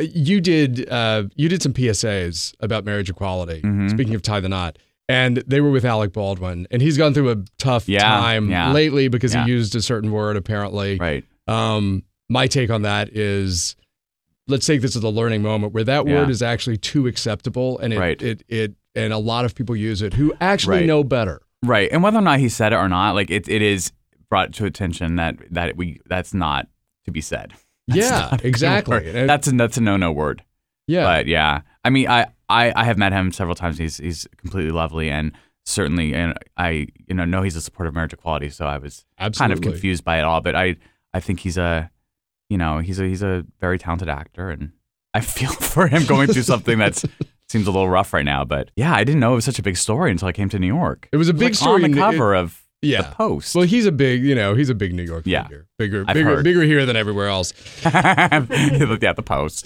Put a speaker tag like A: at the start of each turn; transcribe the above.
A: you did uh, you did some PSAs about marriage equality.
B: Mhm.
A: Speaking of tie the knot, and they were with Alec Baldwin, and he's gone through a tough
B: Yeah,
A: time
B: yeah,
A: lately because
B: yeah.
A: he used a certain word apparently.
B: Right.
A: Um, my take on that is let's take this as a learning moment where that
B: Yeah.
A: word is actually too acceptable and it,
B: Right.
A: it it and a lot of people use it who actually
B: Right.
A: know better.
B: Right. And whether or not he said it or not, like it, it is brought to attention that that we that's not to be said. That's
A: yeah,
B: not a good
A: exactly.
B: word.
A: And-
B: that's a that's a no no word.
A: yeah.
B: But yeah, I mean, I, I, I have met him several times. He's he's completely lovely and certainly, and I you know know he's a supporter of marriage equality. So I was kind
A: absolutely.
B: of confused by it all, but I I think he's a you know he's a he's a very talented actor, and I feel for him going through something that's seems a little rough right now. But yeah, I didn't know it was such a big story until I came to New York.
A: It was a
B: It was,
A: big
B: like,
A: story
B: on
A: in
B: the
A: it-
B: cover of
A: yeah.
B: the Post.
A: Well, he's a big, you know, he's a big New York
B: Yeah.
A: figure. Bigger,
B: I've
A: bigger,
B: heard.
A: bigger here than everywhere else.
B: yeah, the Post.